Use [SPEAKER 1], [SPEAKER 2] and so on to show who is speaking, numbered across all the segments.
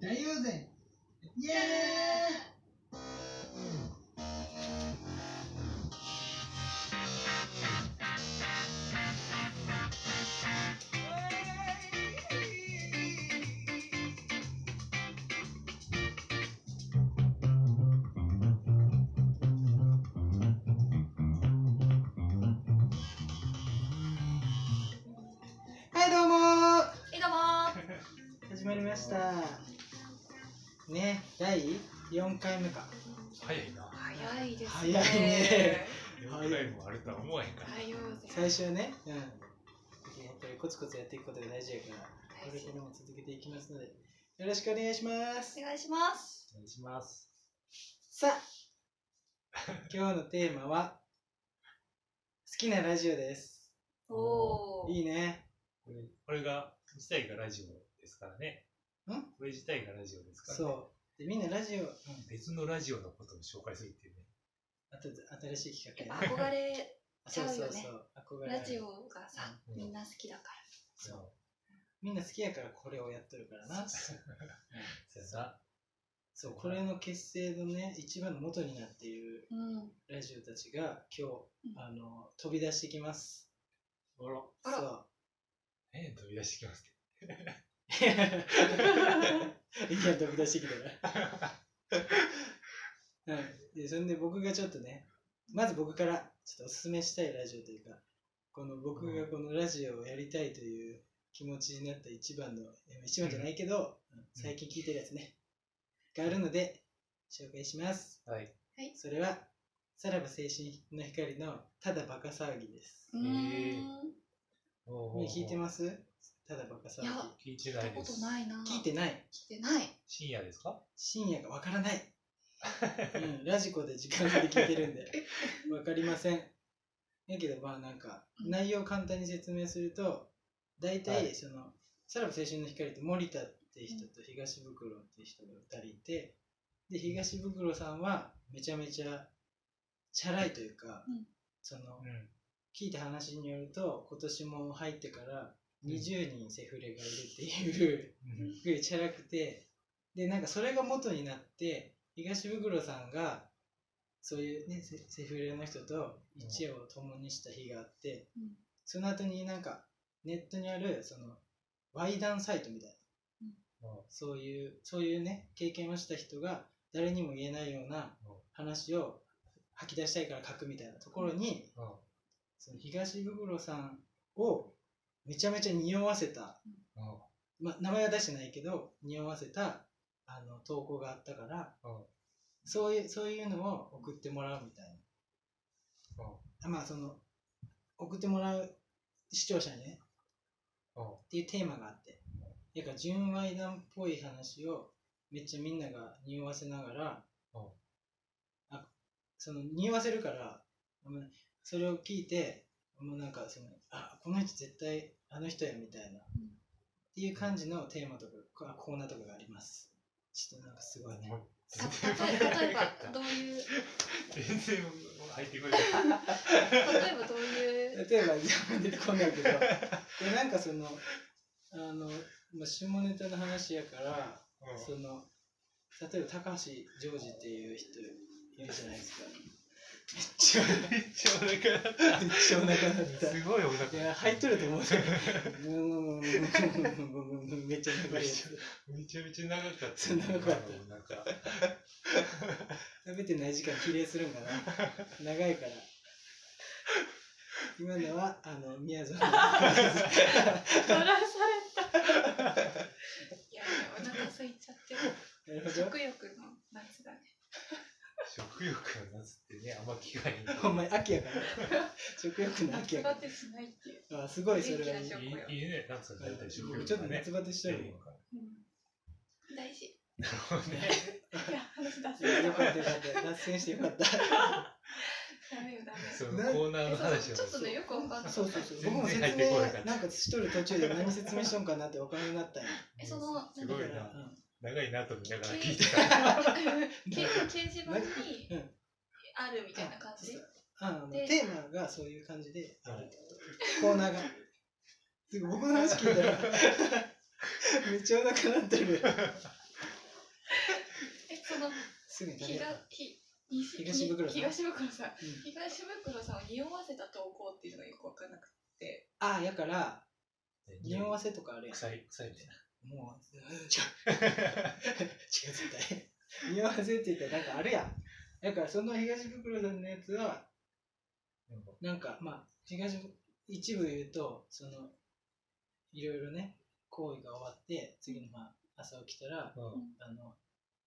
[SPEAKER 1] 大友禅イエーイはいどうもー
[SPEAKER 2] いどうも
[SPEAKER 1] 始まりましたね第4回目か
[SPEAKER 3] 早いな。
[SPEAKER 2] 早いです
[SPEAKER 1] 早いね
[SPEAKER 3] 4回もあるとは思わへんから。
[SPEAKER 2] 大陽勢
[SPEAKER 1] 最初はねうんやっぱりコツコツやっていくことが大事やからこれからも続けていきますのでよろしくお願いします
[SPEAKER 2] お願いします
[SPEAKER 1] お願いしますさあ今日のテーマは好きなラジオです
[SPEAKER 2] おお
[SPEAKER 1] いいね
[SPEAKER 3] これこれが自体がラジオですからね。
[SPEAKER 1] ん
[SPEAKER 3] これ自体がラジオですから、ね。
[SPEAKER 1] そうでみんなラジオ、うん、
[SPEAKER 3] 別のラジオのことを紹介するっていうね。
[SPEAKER 1] あと新しい企画やね
[SPEAKER 2] 憧れち
[SPEAKER 1] そ
[SPEAKER 2] ゃ
[SPEAKER 1] う
[SPEAKER 2] う
[SPEAKER 1] そ
[SPEAKER 2] よ
[SPEAKER 1] う
[SPEAKER 2] ね
[SPEAKER 1] そう憧れあ
[SPEAKER 2] ラ
[SPEAKER 1] る
[SPEAKER 2] ジオがさ
[SPEAKER 3] うん
[SPEAKER 2] みんな好きだか
[SPEAKER 1] そうみんな好きやからこれをやっとるからな
[SPEAKER 3] そうやな。
[SPEAKER 1] そう、これの結成のね、一番の元になっている
[SPEAKER 2] らうん
[SPEAKER 1] ラジオたちが今
[SPEAKER 2] うん
[SPEAKER 1] 日、あの、飛び出してきます。
[SPEAKER 3] あら。
[SPEAKER 2] あら
[SPEAKER 1] そう。
[SPEAKER 3] ええ飛び出してきますけ
[SPEAKER 1] い や、飛び出してきたな。うん。で、それで僕がちょっとね、まず僕からちょっとおすすめしたいラジオというか、この僕がこのラジオをやりたいという気持ちになった一番の、え一番じゃないけど、うん最近聞いてるやつね、があるので、紹介します。
[SPEAKER 3] ど。はい。
[SPEAKER 1] それは、さらば青春の光のただバカ騒ぎです。
[SPEAKER 2] うーん
[SPEAKER 3] えお
[SPEAKER 1] みんな聞いて
[SPEAKER 3] す。
[SPEAKER 1] ますただバカ騒
[SPEAKER 2] い
[SPEAKER 1] ぎ
[SPEAKER 2] や。
[SPEAKER 3] 聞い
[SPEAKER 2] 聞
[SPEAKER 3] て
[SPEAKER 2] い
[SPEAKER 3] な
[SPEAKER 2] た
[SPEAKER 3] い
[SPEAKER 2] こ
[SPEAKER 3] で
[SPEAKER 2] と
[SPEAKER 3] す。
[SPEAKER 2] ないな
[SPEAKER 1] 聞いてない。
[SPEAKER 2] 聞いてない
[SPEAKER 3] 深夜ですか
[SPEAKER 1] 深夜がわからない。 うん、ラジコで時間差で聞いてるんで、わかりません。だけど、まあなんか、内容を簡単に説明すると、大
[SPEAKER 3] は
[SPEAKER 1] 体、
[SPEAKER 3] い
[SPEAKER 1] その、さらば青春の光って森田っていう人と東袋っていう人が2人いて、で、東袋さんはめちゃめちゃチャラいというか、
[SPEAKER 2] うん
[SPEAKER 1] その、
[SPEAKER 3] ん。
[SPEAKER 1] 聞いた話によると今年も入ってから20人セフレがいるっていう、
[SPEAKER 3] うん
[SPEAKER 1] すごいチャラくてでなんかそれが元になって東袋さんがそういうねセセフレの人と一夜を共にした日があって、
[SPEAKER 2] うん
[SPEAKER 1] その後になんかネットにあるそのワイダンサイトみたいな
[SPEAKER 3] うん
[SPEAKER 1] そういうそういうね経験をした人が誰にも言えないような話を吐き出したいから書くみたいなところに、
[SPEAKER 3] うん
[SPEAKER 1] その東袋さんをめちゃめちゃ匂わせた、
[SPEAKER 3] うん
[SPEAKER 1] まあ、名前は出してないけど匂わせたあの投稿があったから、
[SPEAKER 3] うん
[SPEAKER 1] そういうそういうのを送ってもらうみたいな、まあその送ってもらう視聴者にね
[SPEAKER 3] うん
[SPEAKER 1] っていうテーマがあってなんか純愛談っぽい話をめっちゃみんなが匂わせながら、
[SPEAKER 3] うん
[SPEAKER 1] あその匂わせるからまあそれを聞いてもうなんかそのあこの人絶対あの人やみたいな、っ
[SPEAKER 2] ん
[SPEAKER 1] ていう感じのテーマとかこあコーナーとかがありますちょっとなんかすごいね
[SPEAKER 2] たた例えばどういう
[SPEAKER 3] 全然入ってこない。
[SPEAKER 2] 例えばどういう
[SPEAKER 1] 例えば全部出てこないけ どでなんかそのあの、まあ、下ネタの話やから
[SPEAKER 3] うん
[SPEAKER 1] その例えば高橋ジョージっていう人いるじゃないですかめ
[SPEAKER 3] めっちゃお腹鳴っ
[SPEAKER 1] っちゃめっちゃお腹鳴ったた
[SPEAKER 3] すごいお腹鳴った。
[SPEAKER 1] いや入っとると思うねめっちゃ長いやつ
[SPEAKER 3] めちゃめちゃ長かった。
[SPEAKER 1] そう長かった
[SPEAKER 3] 今のなんか。
[SPEAKER 1] 食べてない時間比例するんかな長いから今のはあの宮園
[SPEAKER 2] 取らされたいやお腹空いちゃってる
[SPEAKER 1] なる ほ
[SPEAKER 2] 食欲の夏だね
[SPEAKER 3] 食欲の夏ってね、あんま聞かへんけ
[SPEAKER 1] ど
[SPEAKER 3] ど。
[SPEAKER 1] お前秋やから食欲の秋
[SPEAKER 2] 夏
[SPEAKER 1] やか
[SPEAKER 2] バテしないっていう
[SPEAKER 1] らあすごいそれはいい
[SPEAKER 2] 元気な食欲
[SPEAKER 3] いいいいね、なんか大体食欲
[SPEAKER 1] 僕
[SPEAKER 3] が
[SPEAKER 1] ちょっと
[SPEAKER 3] ね。
[SPEAKER 1] 夏バテして るもんよ
[SPEAKER 2] うん大事
[SPEAKER 3] なるほど ね。
[SPEAKER 2] いや話出せなか
[SPEAKER 1] かっ
[SPEAKER 2] っ
[SPEAKER 1] たよかった脱線してよかった
[SPEAKER 2] たダメよダメよ
[SPEAKER 3] そのコーナーの
[SPEAKER 2] え
[SPEAKER 3] 話
[SPEAKER 2] そ
[SPEAKER 3] を
[SPEAKER 2] うそうちょっとねよくわかんな
[SPEAKER 1] そうそうそう。僕も説
[SPEAKER 3] 全然入ってこなかっ
[SPEAKER 1] 明、
[SPEAKER 3] た
[SPEAKER 1] なんかしとる途中で何説明しとんかなってお金になったんや。
[SPEAKER 2] えその
[SPEAKER 3] すごい
[SPEAKER 1] だか
[SPEAKER 3] な
[SPEAKER 1] ら、
[SPEAKER 3] 長いなと見ながら
[SPEAKER 2] 掲
[SPEAKER 3] 聞いてた。
[SPEAKER 2] 掲示板に
[SPEAKER 1] うん
[SPEAKER 2] あるみたいな感じ
[SPEAKER 1] そうあの
[SPEAKER 2] で
[SPEAKER 1] テーマがそういう感じであ
[SPEAKER 3] は
[SPEAKER 1] る
[SPEAKER 3] い
[SPEAKER 1] コーナーが。僕の話聞いたら、めっちゃお腹なってる。
[SPEAKER 2] えその
[SPEAKER 1] すぐに食べ
[SPEAKER 2] 東
[SPEAKER 1] よう。
[SPEAKER 2] ひ西
[SPEAKER 1] 東袋さん
[SPEAKER 2] 東袋さん
[SPEAKER 1] うん
[SPEAKER 2] 東袋さんを匂わせた投稿っていうのがよくわかんなくて
[SPEAKER 1] ああ、やから、匂わ
[SPEAKER 3] せ
[SPEAKER 1] せとかあるやん。
[SPEAKER 3] 臭い、臭いみたい
[SPEAKER 1] もう、うん、違う、違う、絶対。匂わせって言ったらなんかあるやん。だから、その東袋さんのやつは、
[SPEAKER 3] な。なんか
[SPEAKER 1] なんか、まあ、東ぶ、一部言うと、その、いろいろね、行為が終わって、次の、まあ、朝起きたら、
[SPEAKER 3] うん
[SPEAKER 1] あの、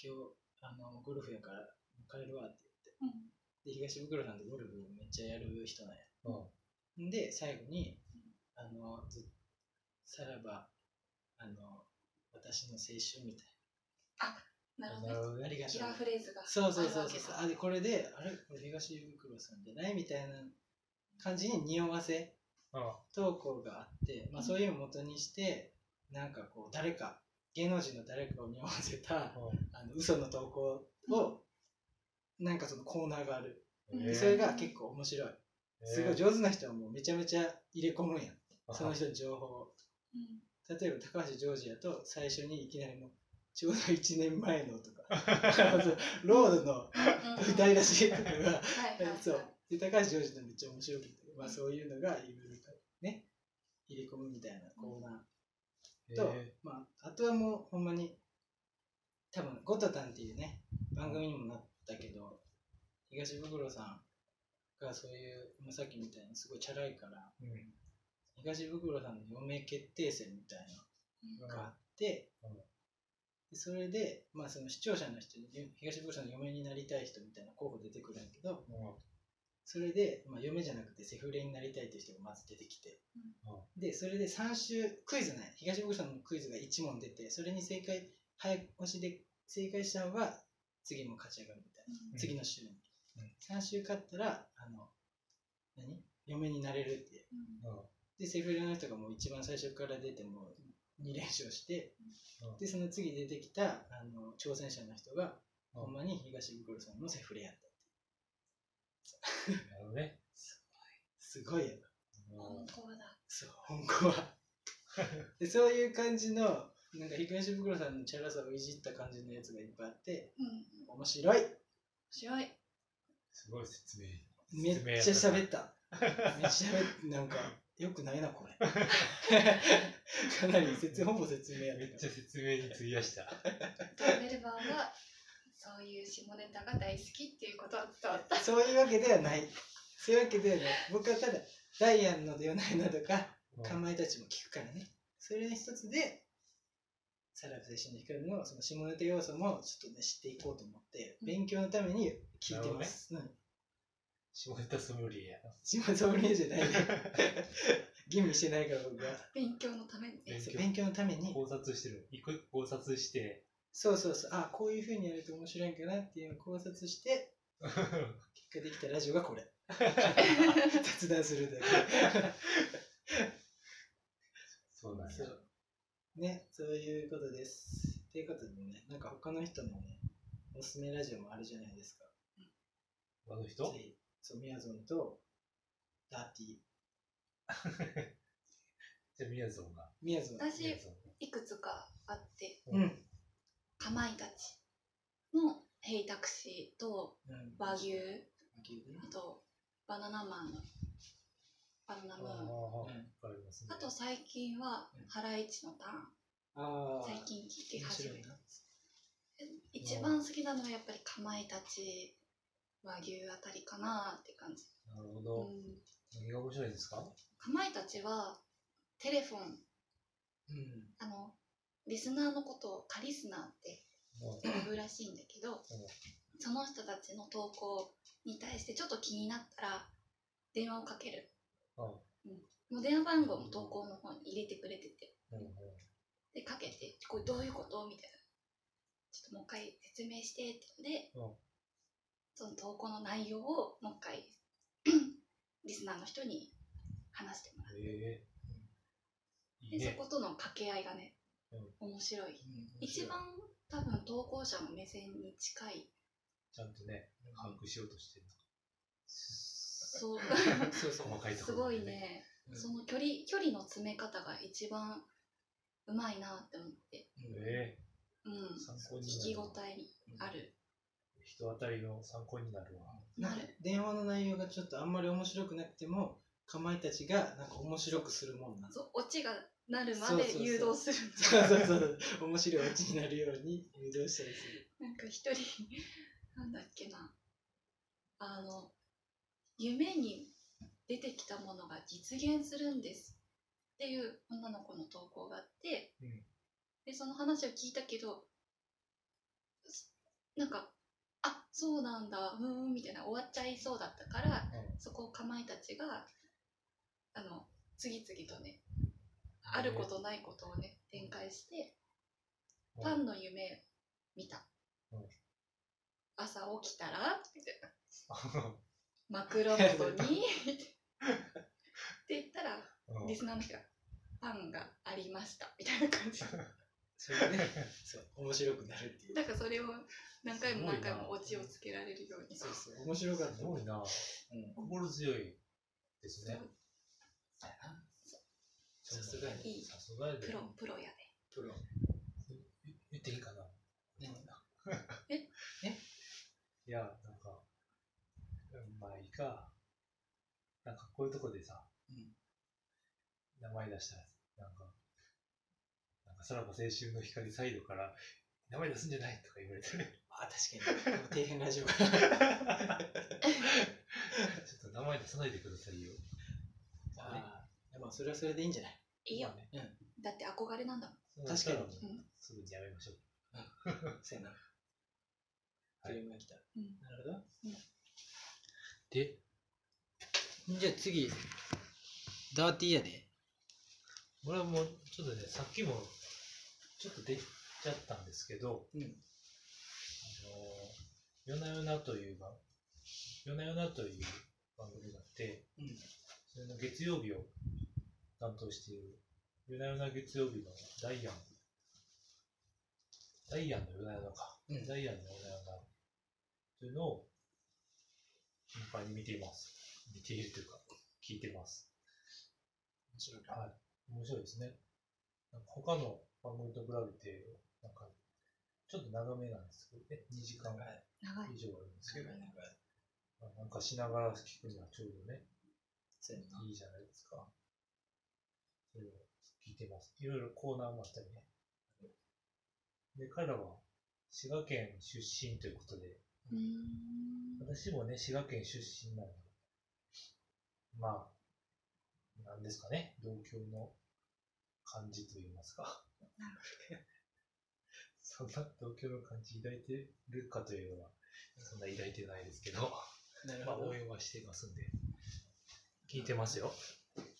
[SPEAKER 1] 今日、あの、ゴルフやから、帰るわって
[SPEAKER 2] う
[SPEAKER 1] 言って。で、東袋さんってゴルフめっちゃやる人なんや。
[SPEAKER 3] うん
[SPEAKER 1] で、最後に、あの、ずさらば、あの、私の青春みたい
[SPEAKER 2] なるほ
[SPEAKER 3] な
[SPEAKER 2] ど
[SPEAKER 3] るほ
[SPEAKER 2] ね
[SPEAKER 3] ど
[SPEAKER 1] な。あ
[SPEAKER 3] ね。
[SPEAKER 1] りがと
[SPEAKER 2] キ
[SPEAKER 1] う
[SPEAKER 2] ラ。ーフレーズが
[SPEAKER 1] そうそう
[SPEAKER 2] あ
[SPEAKER 1] そ
[SPEAKER 2] る
[SPEAKER 1] う
[SPEAKER 2] わけ
[SPEAKER 1] そう
[SPEAKER 2] だ。
[SPEAKER 1] あ、で、これで、あれ、これ東袋さんじゃないみたいな感じに匂わせ
[SPEAKER 3] あ
[SPEAKER 1] 投稿があって、まあ、そういうのを元にして、なんかこう、誰か、芸能人の誰かを匂わせた、あの嘘の投稿を、なんかそのコーナーがある。
[SPEAKER 3] うん
[SPEAKER 1] で
[SPEAKER 2] えー
[SPEAKER 1] それが結構面白い。すごい
[SPEAKER 3] え
[SPEAKER 1] 上手な人はもうめちゃめちゃ入れ込むんやん。
[SPEAKER 3] ー
[SPEAKER 1] その人の情報を。
[SPEAKER 2] うん
[SPEAKER 1] 例えば高橋ジョージやと最初にいきなりもうちょうど1年前の とかロードの
[SPEAKER 2] うん うん
[SPEAKER 1] 歌い出しとかが
[SPEAKER 2] はいはい
[SPEAKER 1] そう
[SPEAKER 2] は
[SPEAKER 1] で
[SPEAKER 2] い
[SPEAKER 1] 高橋ジョージのめっちゃ面白くて、まあ、そういうのがいろいろね入れ込むみたいなコーナーと、
[SPEAKER 3] え
[SPEAKER 1] まあ、あとはもうほんまに多分「ゴトタン」っていうね番組にもなったけど東袋さんがそういう、まあ、さっきみたいなすごいチャラいから
[SPEAKER 3] ーうん
[SPEAKER 1] 東袋さんの嫁決定戦みたいな
[SPEAKER 2] うん
[SPEAKER 1] があって、
[SPEAKER 3] うん
[SPEAKER 1] でそれで、まあ、その視聴者の人に東福さんの嫁になりたい人みたいな候補出てくるんだけど
[SPEAKER 3] うん
[SPEAKER 1] それで、まあ、嫁じゃなくてセフレになりたいっていう人がまず出てきて、でそれで3週クイズない東福さんのクイズが1問出てそれに正解早押しで正解したのは次も勝ち上がるみたいな、
[SPEAKER 3] うん
[SPEAKER 1] 次の週に、
[SPEAKER 3] うん
[SPEAKER 1] 3週勝ったらあの何嫁になれるっていう
[SPEAKER 2] うん
[SPEAKER 3] うん
[SPEAKER 1] でセフレの人がもう一番最初から出てもう2連勝して、
[SPEAKER 3] うん
[SPEAKER 1] でその次出てきたあの挑戦者の人が、
[SPEAKER 3] うん
[SPEAKER 1] ほんまに東袋さんのセフレやった
[SPEAKER 3] なるほどね。
[SPEAKER 1] すごいやろ
[SPEAKER 3] うん
[SPEAKER 2] 本当だ
[SPEAKER 1] そう本校はでそういう感じのなんか東袋さんのチャラさをいじった感じのやつがいっぱいあって
[SPEAKER 2] うん面
[SPEAKER 1] 面白い
[SPEAKER 2] 白い
[SPEAKER 3] すごい説明。
[SPEAKER 1] めっ
[SPEAKER 3] 説明や
[SPEAKER 1] ちゃ
[SPEAKER 3] た
[SPEAKER 1] 喋っためっちゃ喋ってなんかよくないなこれかなり説ほぼ説明やった
[SPEAKER 3] め
[SPEAKER 1] か
[SPEAKER 3] っ
[SPEAKER 1] ら
[SPEAKER 3] ちゃ説明に費やした。
[SPEAKER 2] ドーベルマンはそういう下ネタが大好きっていうことは伝わった
[SPEAKER 1] そういうわけではない。そういうわけではない。僕はただ、ダイアンのではないなとか、
[SPEAKER 3] うん
[SPEAKER 1] かまいたちも聞くからね。それの一つで、さらば青春の光のその下ネタ要素もちょっとね、知っていこうと思って、勉強のために聞いてます。うん。
[SPEAKER 3] 下ネタソムリエや。
[SPEAKER 1] 下ソムリエじゃ ない。吟味してないから僕は。
[SPEAKER 2] 勉強のために
[SPEAKER 3] 勉強
[SPEAKER 1] そう勉強のために、
[SPEAKER 3] 考察してる。一個一個考察 して。
[SPEAKER 1] そうそうそう、あこういうふうにやると面白いんかなっていうのを考察して、結果できたラジオ がこれ。雑談するだけ。
[SPEAKER 3] そうなんや
[SPEAKER 1] そ。う。ね、そういうことです。ということでね、なんか他の人のね、おすすめラジオもあるじゃないですか。
[SPEAKER 3] あの人
[SPEAKER 1] ぜひそう、みやぞんと、ダーティー。
[SPEAKER 3] じゃあ、みやぞんが。
[SPEAKER 1] みやぞん。
[SPEAKER 3] みや
[SPEAKER 2] 私
[SPEAKER 3] ぞん
[SPEAKER 2] いくつかあって
[SPEAKER 1] うん。うん。
[SPEAKER 2] かまいたちのヘイタクシーと和牛
[SPEAKER 1] 和牛ね。
[SPEAKER 2] あとバナナマンのバナナ
[SPEAKER 3] ああ、
[SPEAKER 2] ムーン
[SPEAKER 3] わ
[SPEAKER 1] うん
[SPEAKER 3] かりますね。
[SPEAKER 2] あと最近は
[SPEAKER 1] うん
[SPEAKER 2] ハライチのタ
[SPEAKER 1] あ
[SPEAKER 2] ーン
[SPEAKER 1] あ。
[SPEAKER 2] 最近聞き
[SPEAKER 1] 面
[SPEAKER 2] 始
[SPEAKER 1] 白
[SPEAKER 2] め
[SPEAKER 1] い
[SPEAKER 2] た
[SPEAKER 1] な。
[SPEAKER 2] 一番好きなのはやっぱりかまいたち和牛あたりかなって感じ、
[SPEAKER 3] なるほ
[SPEAKER 2] う
[SPEAKER 3] ど。
[SPEAKER 2] ん、
[SPEAKER 3] 何が面白いですか
[SPEAKER 2] かまいたちはテレフォン
[SPEAKER 1] うん。
[SPEAKER 2] あのリスナーのことをカリスナーって
[SPEAKER 3] も
[SPEAKER 2] 呼ぶらしいんだけどその人たちの投稿に対してちょっと気になったら電話をかける、
[SPEAKER 3] うん
[SPEAKER 2] うん、もう電話番号も投稿の方に入れてくれてて
[SPEAKER 3] ううんうん
[SPEAKER 2] でかけて「これどういうこと?」みたいな「ちょっともう一回説明して」って言
[SPEAKER 3] うん
[SPEAKER 2] でその投稿の内容をもう一回 リスナーの人に話してもらう
[SPEAKER 3] ええ。いい
[SPEAKER 2] でそ
[SPEAKER 3] ね。
[SPEAKER 2] ことの掛け合いがね面白い一番多分投稿者の目線に近い
[SPEAKER 3] ちゃんとね、把握しようとしてる。
[SPEAKER 2] そう
[SPEAKER 1] そうそう。
[SPEAKER 3] 細かいとこ
[SPEAKER 2] す
[SPEAKER 3] ろ。
[SPEAKER 2] ごい。ね
[SPEAKER 1] うん
[SPEAKER 2] その距離距離の詰め方が一番うまいなって思って
[SPEAKER 3] え
[SPEAKER 2] うん、
[SPEAKER 3] え参考に
[SPEAKER 2] 聞き
[SPEAKER 3] な
[SPEAKER 2] 応
[SPEAKER 3] る。
[SPEAKER 2] えある。
[SPEAKER 3] 人当たりの参考になるわ。
[SPEAKER 1] なんか電話の内容がちょっとあんまり面白くなくてもかまいたちがなんか面白くする もんなん
[SPEAKER 2] そうオチがなるま
[SPEAKER 1] そうそうそう
[SPEAKER 2] で誘導する
[SPEAKER 1] そうそうそう面白いオチになるように誘導したりする
[SPEAKER 2] なんか一人 なんだっけなあの夢に出てきたものが実現するんですっていう女の子の投稿があって、
[SPEAKER 3] うん
[SPEAKER 2] でその話を聞いたけどすなんか「あそうなんだうーん」みたいな終わっちゃいそうだったから、
[SPEAKER 3] う
[SPEAKER 2] そこをかまいたちがあの次々とねあることないことをね展開して
[SPEAKER 3] うん
[SPEAKER 2] ファンの夢見た、
[SPEAKER 3] うん
[SPEAKER 2] 朝起きたらみたいな枕元にって言ったら
[SPEAKER 3] うん
[SPEAKER 2] リスナーの人が「ファンがありました」みたいな感じ
[SPEAKER 1] それで、ね、そう面白くなるっていう
[SPEAKER 2] なんかそれを何回も何回
[SPEAKER 3] す
[SPEAKER 2] も
[SPEAKER 3] ごい
[SPEAKER 2] オ
[SPEAKER 3] な
[SPEAKER 2] チをつけられるように
[SPEAKER 1] そうそう面白かった
[SPEAKER 3] すごいな。
[SPEAKER 1] うん
[SPEAKER 3] 心強いですね。
[SPEAKER 1] さすがやね
[SPEAKER 2] いい
[SPEAKER 3] さすがやで
[SPEAKER 2] プロプロやね
[SPEAKER 1] プロ
[SPEAKER 3] え言っていいかな
[SPEAKER 1] 何
[SPEAKER 3] いや、なんか、うんまあいいか。なんかこういうとこでさ、
[SPEAKER 1] うん
[SPEAKER 3] 名前出したら、なんか、なんかさらば青春の光サイドから、名前出すんじゃないとか言われてね。
[SPEAKER 1] あ確 かに底辺ラジオが
[SPEAKER 3] ちょっと名前出さないでくださいよ。
[SPEAKER 1] あーまあそれはそれでいいんじゃない
[SPEAKER 2] いいよ
[SPEAKER 3] まあね
[SPEAKER 2] だって憧れなんだもん
[SPEAKER 3] そうなったらもう
[SPEAKER 1] 確
[SPEAKER 2] かにうん
[SPEAKER 3] すぐにやめましょう。
[SPEAKER 1] せやなクレームが来た、
[SPEAKER 2] うん
[SPEAKER 1] なるほど
[SPEAKER 3] で、
[SPEAKER 1] じゃあ次ダーティーやで
[SPEAKER 3] 俺はもう、ちょっとね、さっきも、ちょっと出ちゃったんですけど、
[SPEAKER 1] うん
[SPEAKER 3] あの、夜な夜なという番、夜な夜なという番組があって、
[SPEAKER 1] うん
[SPEAKER 3] それの月曜日を担当している、夜な夜な月曜日のダイアン。ダイアンの夜な夜なか。
[SPEAKER 1] うん
[SPEAKER 3] ダイアンの夜な夜なというのを、頻繁に見ています。見ているというか、聞いてます。
[SPEAKER 1] 面白い
[SPEAKER 3] はい。面白いですね。なんか他の番組と比べて、なんか、ちょっと長めなんですけど、ね、2時間
[SPEAKER 1] 長い
[SPEAKER 2] 長い
[SPEAKER 3] 以上あるんです
[SPEAKER 1] 長
[SPEAKER 3] けど、
[SPEAKER 1] い長い
[SPEAKER 3] まあなんかしながら聞くにはちょうどね、
[SPEAKER 1] そうやない
[SPEAKER 3] いじゃないですか。それを聞いてます。いろいろコーナーもあったりね。で、彼らは滋賀県出身ということで、
[SPEAKER 2] うーん
[SPEAKER 3] 私もね、滋賀県出身なので、まあ、なんですかね、同郷の感じと言いますか。そんな同郷の感じ抱いてるかというのは、そんな抱いてないですけど、
[SPEAKER 1] なる
[SPEAKER 3] まあ
[SPEAKER 1] ほど
[SPEAKER 3] 応援はしてますんで、聞いてますよ。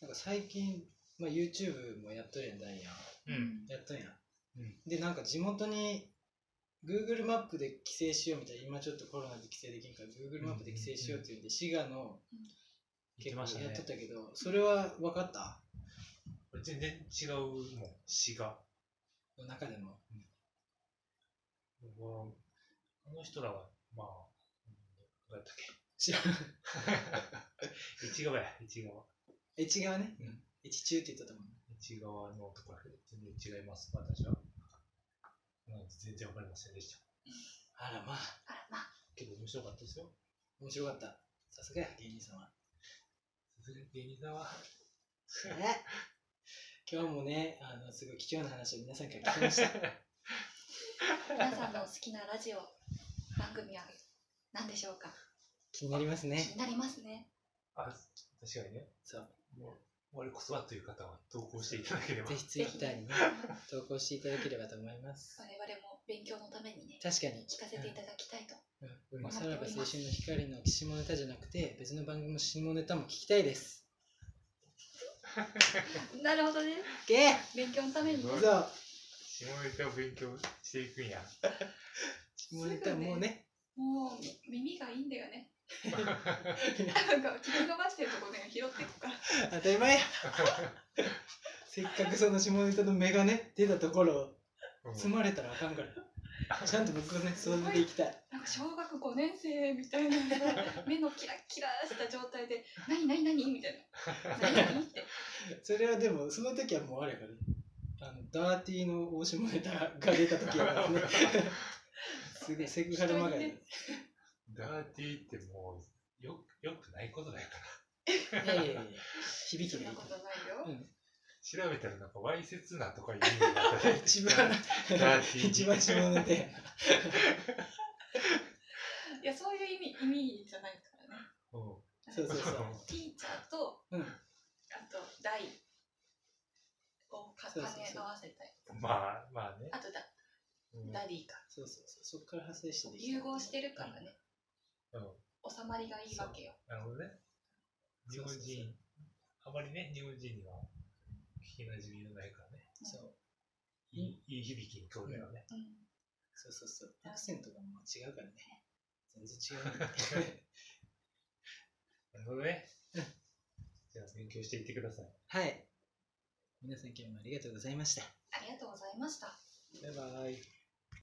[SPEAKER 1] なんか最近、まあ、YouTube もやっとるやんダイ
[SPEAKER 3] う
[SPEAKER 2] う。ん
[SPEAKER 1] アンやっとんやん、
[SPEAKER 3] うん
[SPEAKER 1] でなんか地元に Google マップで帰省しようみたいな今ちょっとコロナで帰省できんから Google マップで帰省しようっていうんで滋賀の
[SPEAKER 3] 聞いて
[SPEAKER 1] 結
[SPEAKER 3] ました
[SPEAKER 1] 構やっ
[SPEAKER 3] ね
[SPEAKER 1] とっ。たけどそれは分かった
[SPEAKER 3] これ全然違うもん、滋賀。
[SPEAKER 1] の中 でも
[SPEAKER 3] 僕はあの人らは、まあ、どうやったっ
[SPEAKER 1] 知らん
[SPEAKER 3] け。市川や、市川。
[SPEAKER 1] 越川ね、
[SPEAKER 3] うん
[SPEAKER 1] 越中って言ったと思う
[SPEAKER 3] 内側のところ全然違います、私は。うん全然わかりませんでした。
[SPEAKER 1] あらまあ
[SPEAKER 2] あらまあ
[SPEAKER 3] けど面白かったですよ。
[SPEAKER 1] 面白かったさすがや芸人さんは
[SPEAKER 3] さすがに芸人さんは。
[SPEAKER 1] 今日もねあのすごい貴重な話を皆さんから聞きました
[SPEAKER 2] 皆さんの好きなラジオ番組は何でしょうか
[SPEAKER 1] 気になります
[SPEAKER 2] 気
[SPEAKER 1] ね
[SPEAKER 2] になりますね
[SPEAKER 3] あ、確かにね。
[SPEAKER 1] そう
[SPEAKER 3] もう我こそはという方は投稿していただければ。
[SPEAKER 1] ぜひ
[SPEAKER 2] ぜひ
[SPEAKER 1] Twitter にね投稿していただければと思います
[SPEAKER 2] 我々も勉強のためにね
[SPEAKER 1] 確かに
[SPEAKER 2] 聞かせていただきたいと
[SPEAKER 1] うん
[SPEAKER 2] うん
[SPEAKER 1] さらば青春の光の下ネタじゃなくて別の番組の下ネタも聞きたいです。
[SPEAKER 2] なるほどね
[SPEAKER 1] け
[SPEAKER 2] 勉強のためにね
[SPEAKER 3] うん
[SPEAKER 1] そう
[SPEAKER 3] 下ネタを勉強していくんや。
[SPEAKER 1] 下ネタもうね
[SPEAKER 2] もう耳がいいんだよ ねなんか聞き逃してるとこね拾っていくから
[SPEAKER 1] 当たり前やせっかくその下ネタの目がね出たところを
[SPEAKER 3] うん
[SPEAKER 1] 積まれたらあかんからちゃんと僕はねそれでいきたい
[SPEAKER 2] なんか小学5年生みたいなさ目のキラキラした状態で「 何何何?」みたいな「何何?」って
[SPEAKER 1] それはでもその時はもうあれやからあのダーティーの大下ネタが出た時はねすごいセクハラまがい、
[SPEAKER 2] ね
[SPEAKER 3] ダーティーってもう、よ、よくないことだよから。
[SPEAKER 1] いやいやいや響
[SPEAKER 2] そ
[SPEAKER 1] き
[SPEAKER 2] ん
[SPEAKER 1] が
[SPEAKER 2] ない
[SPEAKER 1] い
[SPEAKER 2] こととないよ。
[SPEAKER 3] 調べたらなんか、わいせつなとかいう意味があったり
[SPEAKER 1] 一番
[SPEAKER 3] ダーティー
[SPEAKER 1] 一番下ネタや
[SPEAKER 2] いや、そういう意味、意味じゃないからね。
[SPEAKER 3] うん
[SPEAKER 1] そうそうそう
[SPEAKER 2] ティーチャーと、
[SPEAKER 1] うん
[SPEAKER 2] あと、大をか
[SPEAKER 1] そう
[SPEAKER 2] 兼
[SPEAKER 1] そうそう
[SPEAKER 2] ね合わせたい。
[SPEAKER 3] まあ、まあね。
[SPEAKER 2] あとだ、
[SPEAKER 3] うん
[SPEAKER 2] ダディか。
[SPEAKER 1] そうそうそうそこから派生してできた
[SPEAKER 2] 融合してるからね、
[SPEAKER 3] うん
[SPEAKER 2] 収まりがいいわけよ。
[SPEAKER 3] なるほどね。日本
[SPEAKER 1] そうそうそ
[SPEAKER 3] 人、あまりね、日本人には聞きなじみのないからね。
[SPEAKER 1] そう
[SPEAKER 3] いいいい響きに通るよね。
[SPEAKER 2] うん
[SPEAKER 1] そうそうそうアクセントがもう違うからね全然違う、ね、
[SPEAKER 3] なるほどね。じゃあ、勉強していってください。
[SPEAKER 1] はい皆さん今日もありがとうございました
[SPEAKER 2] ありがとうございました。
[SPEAKER 1] バイバイ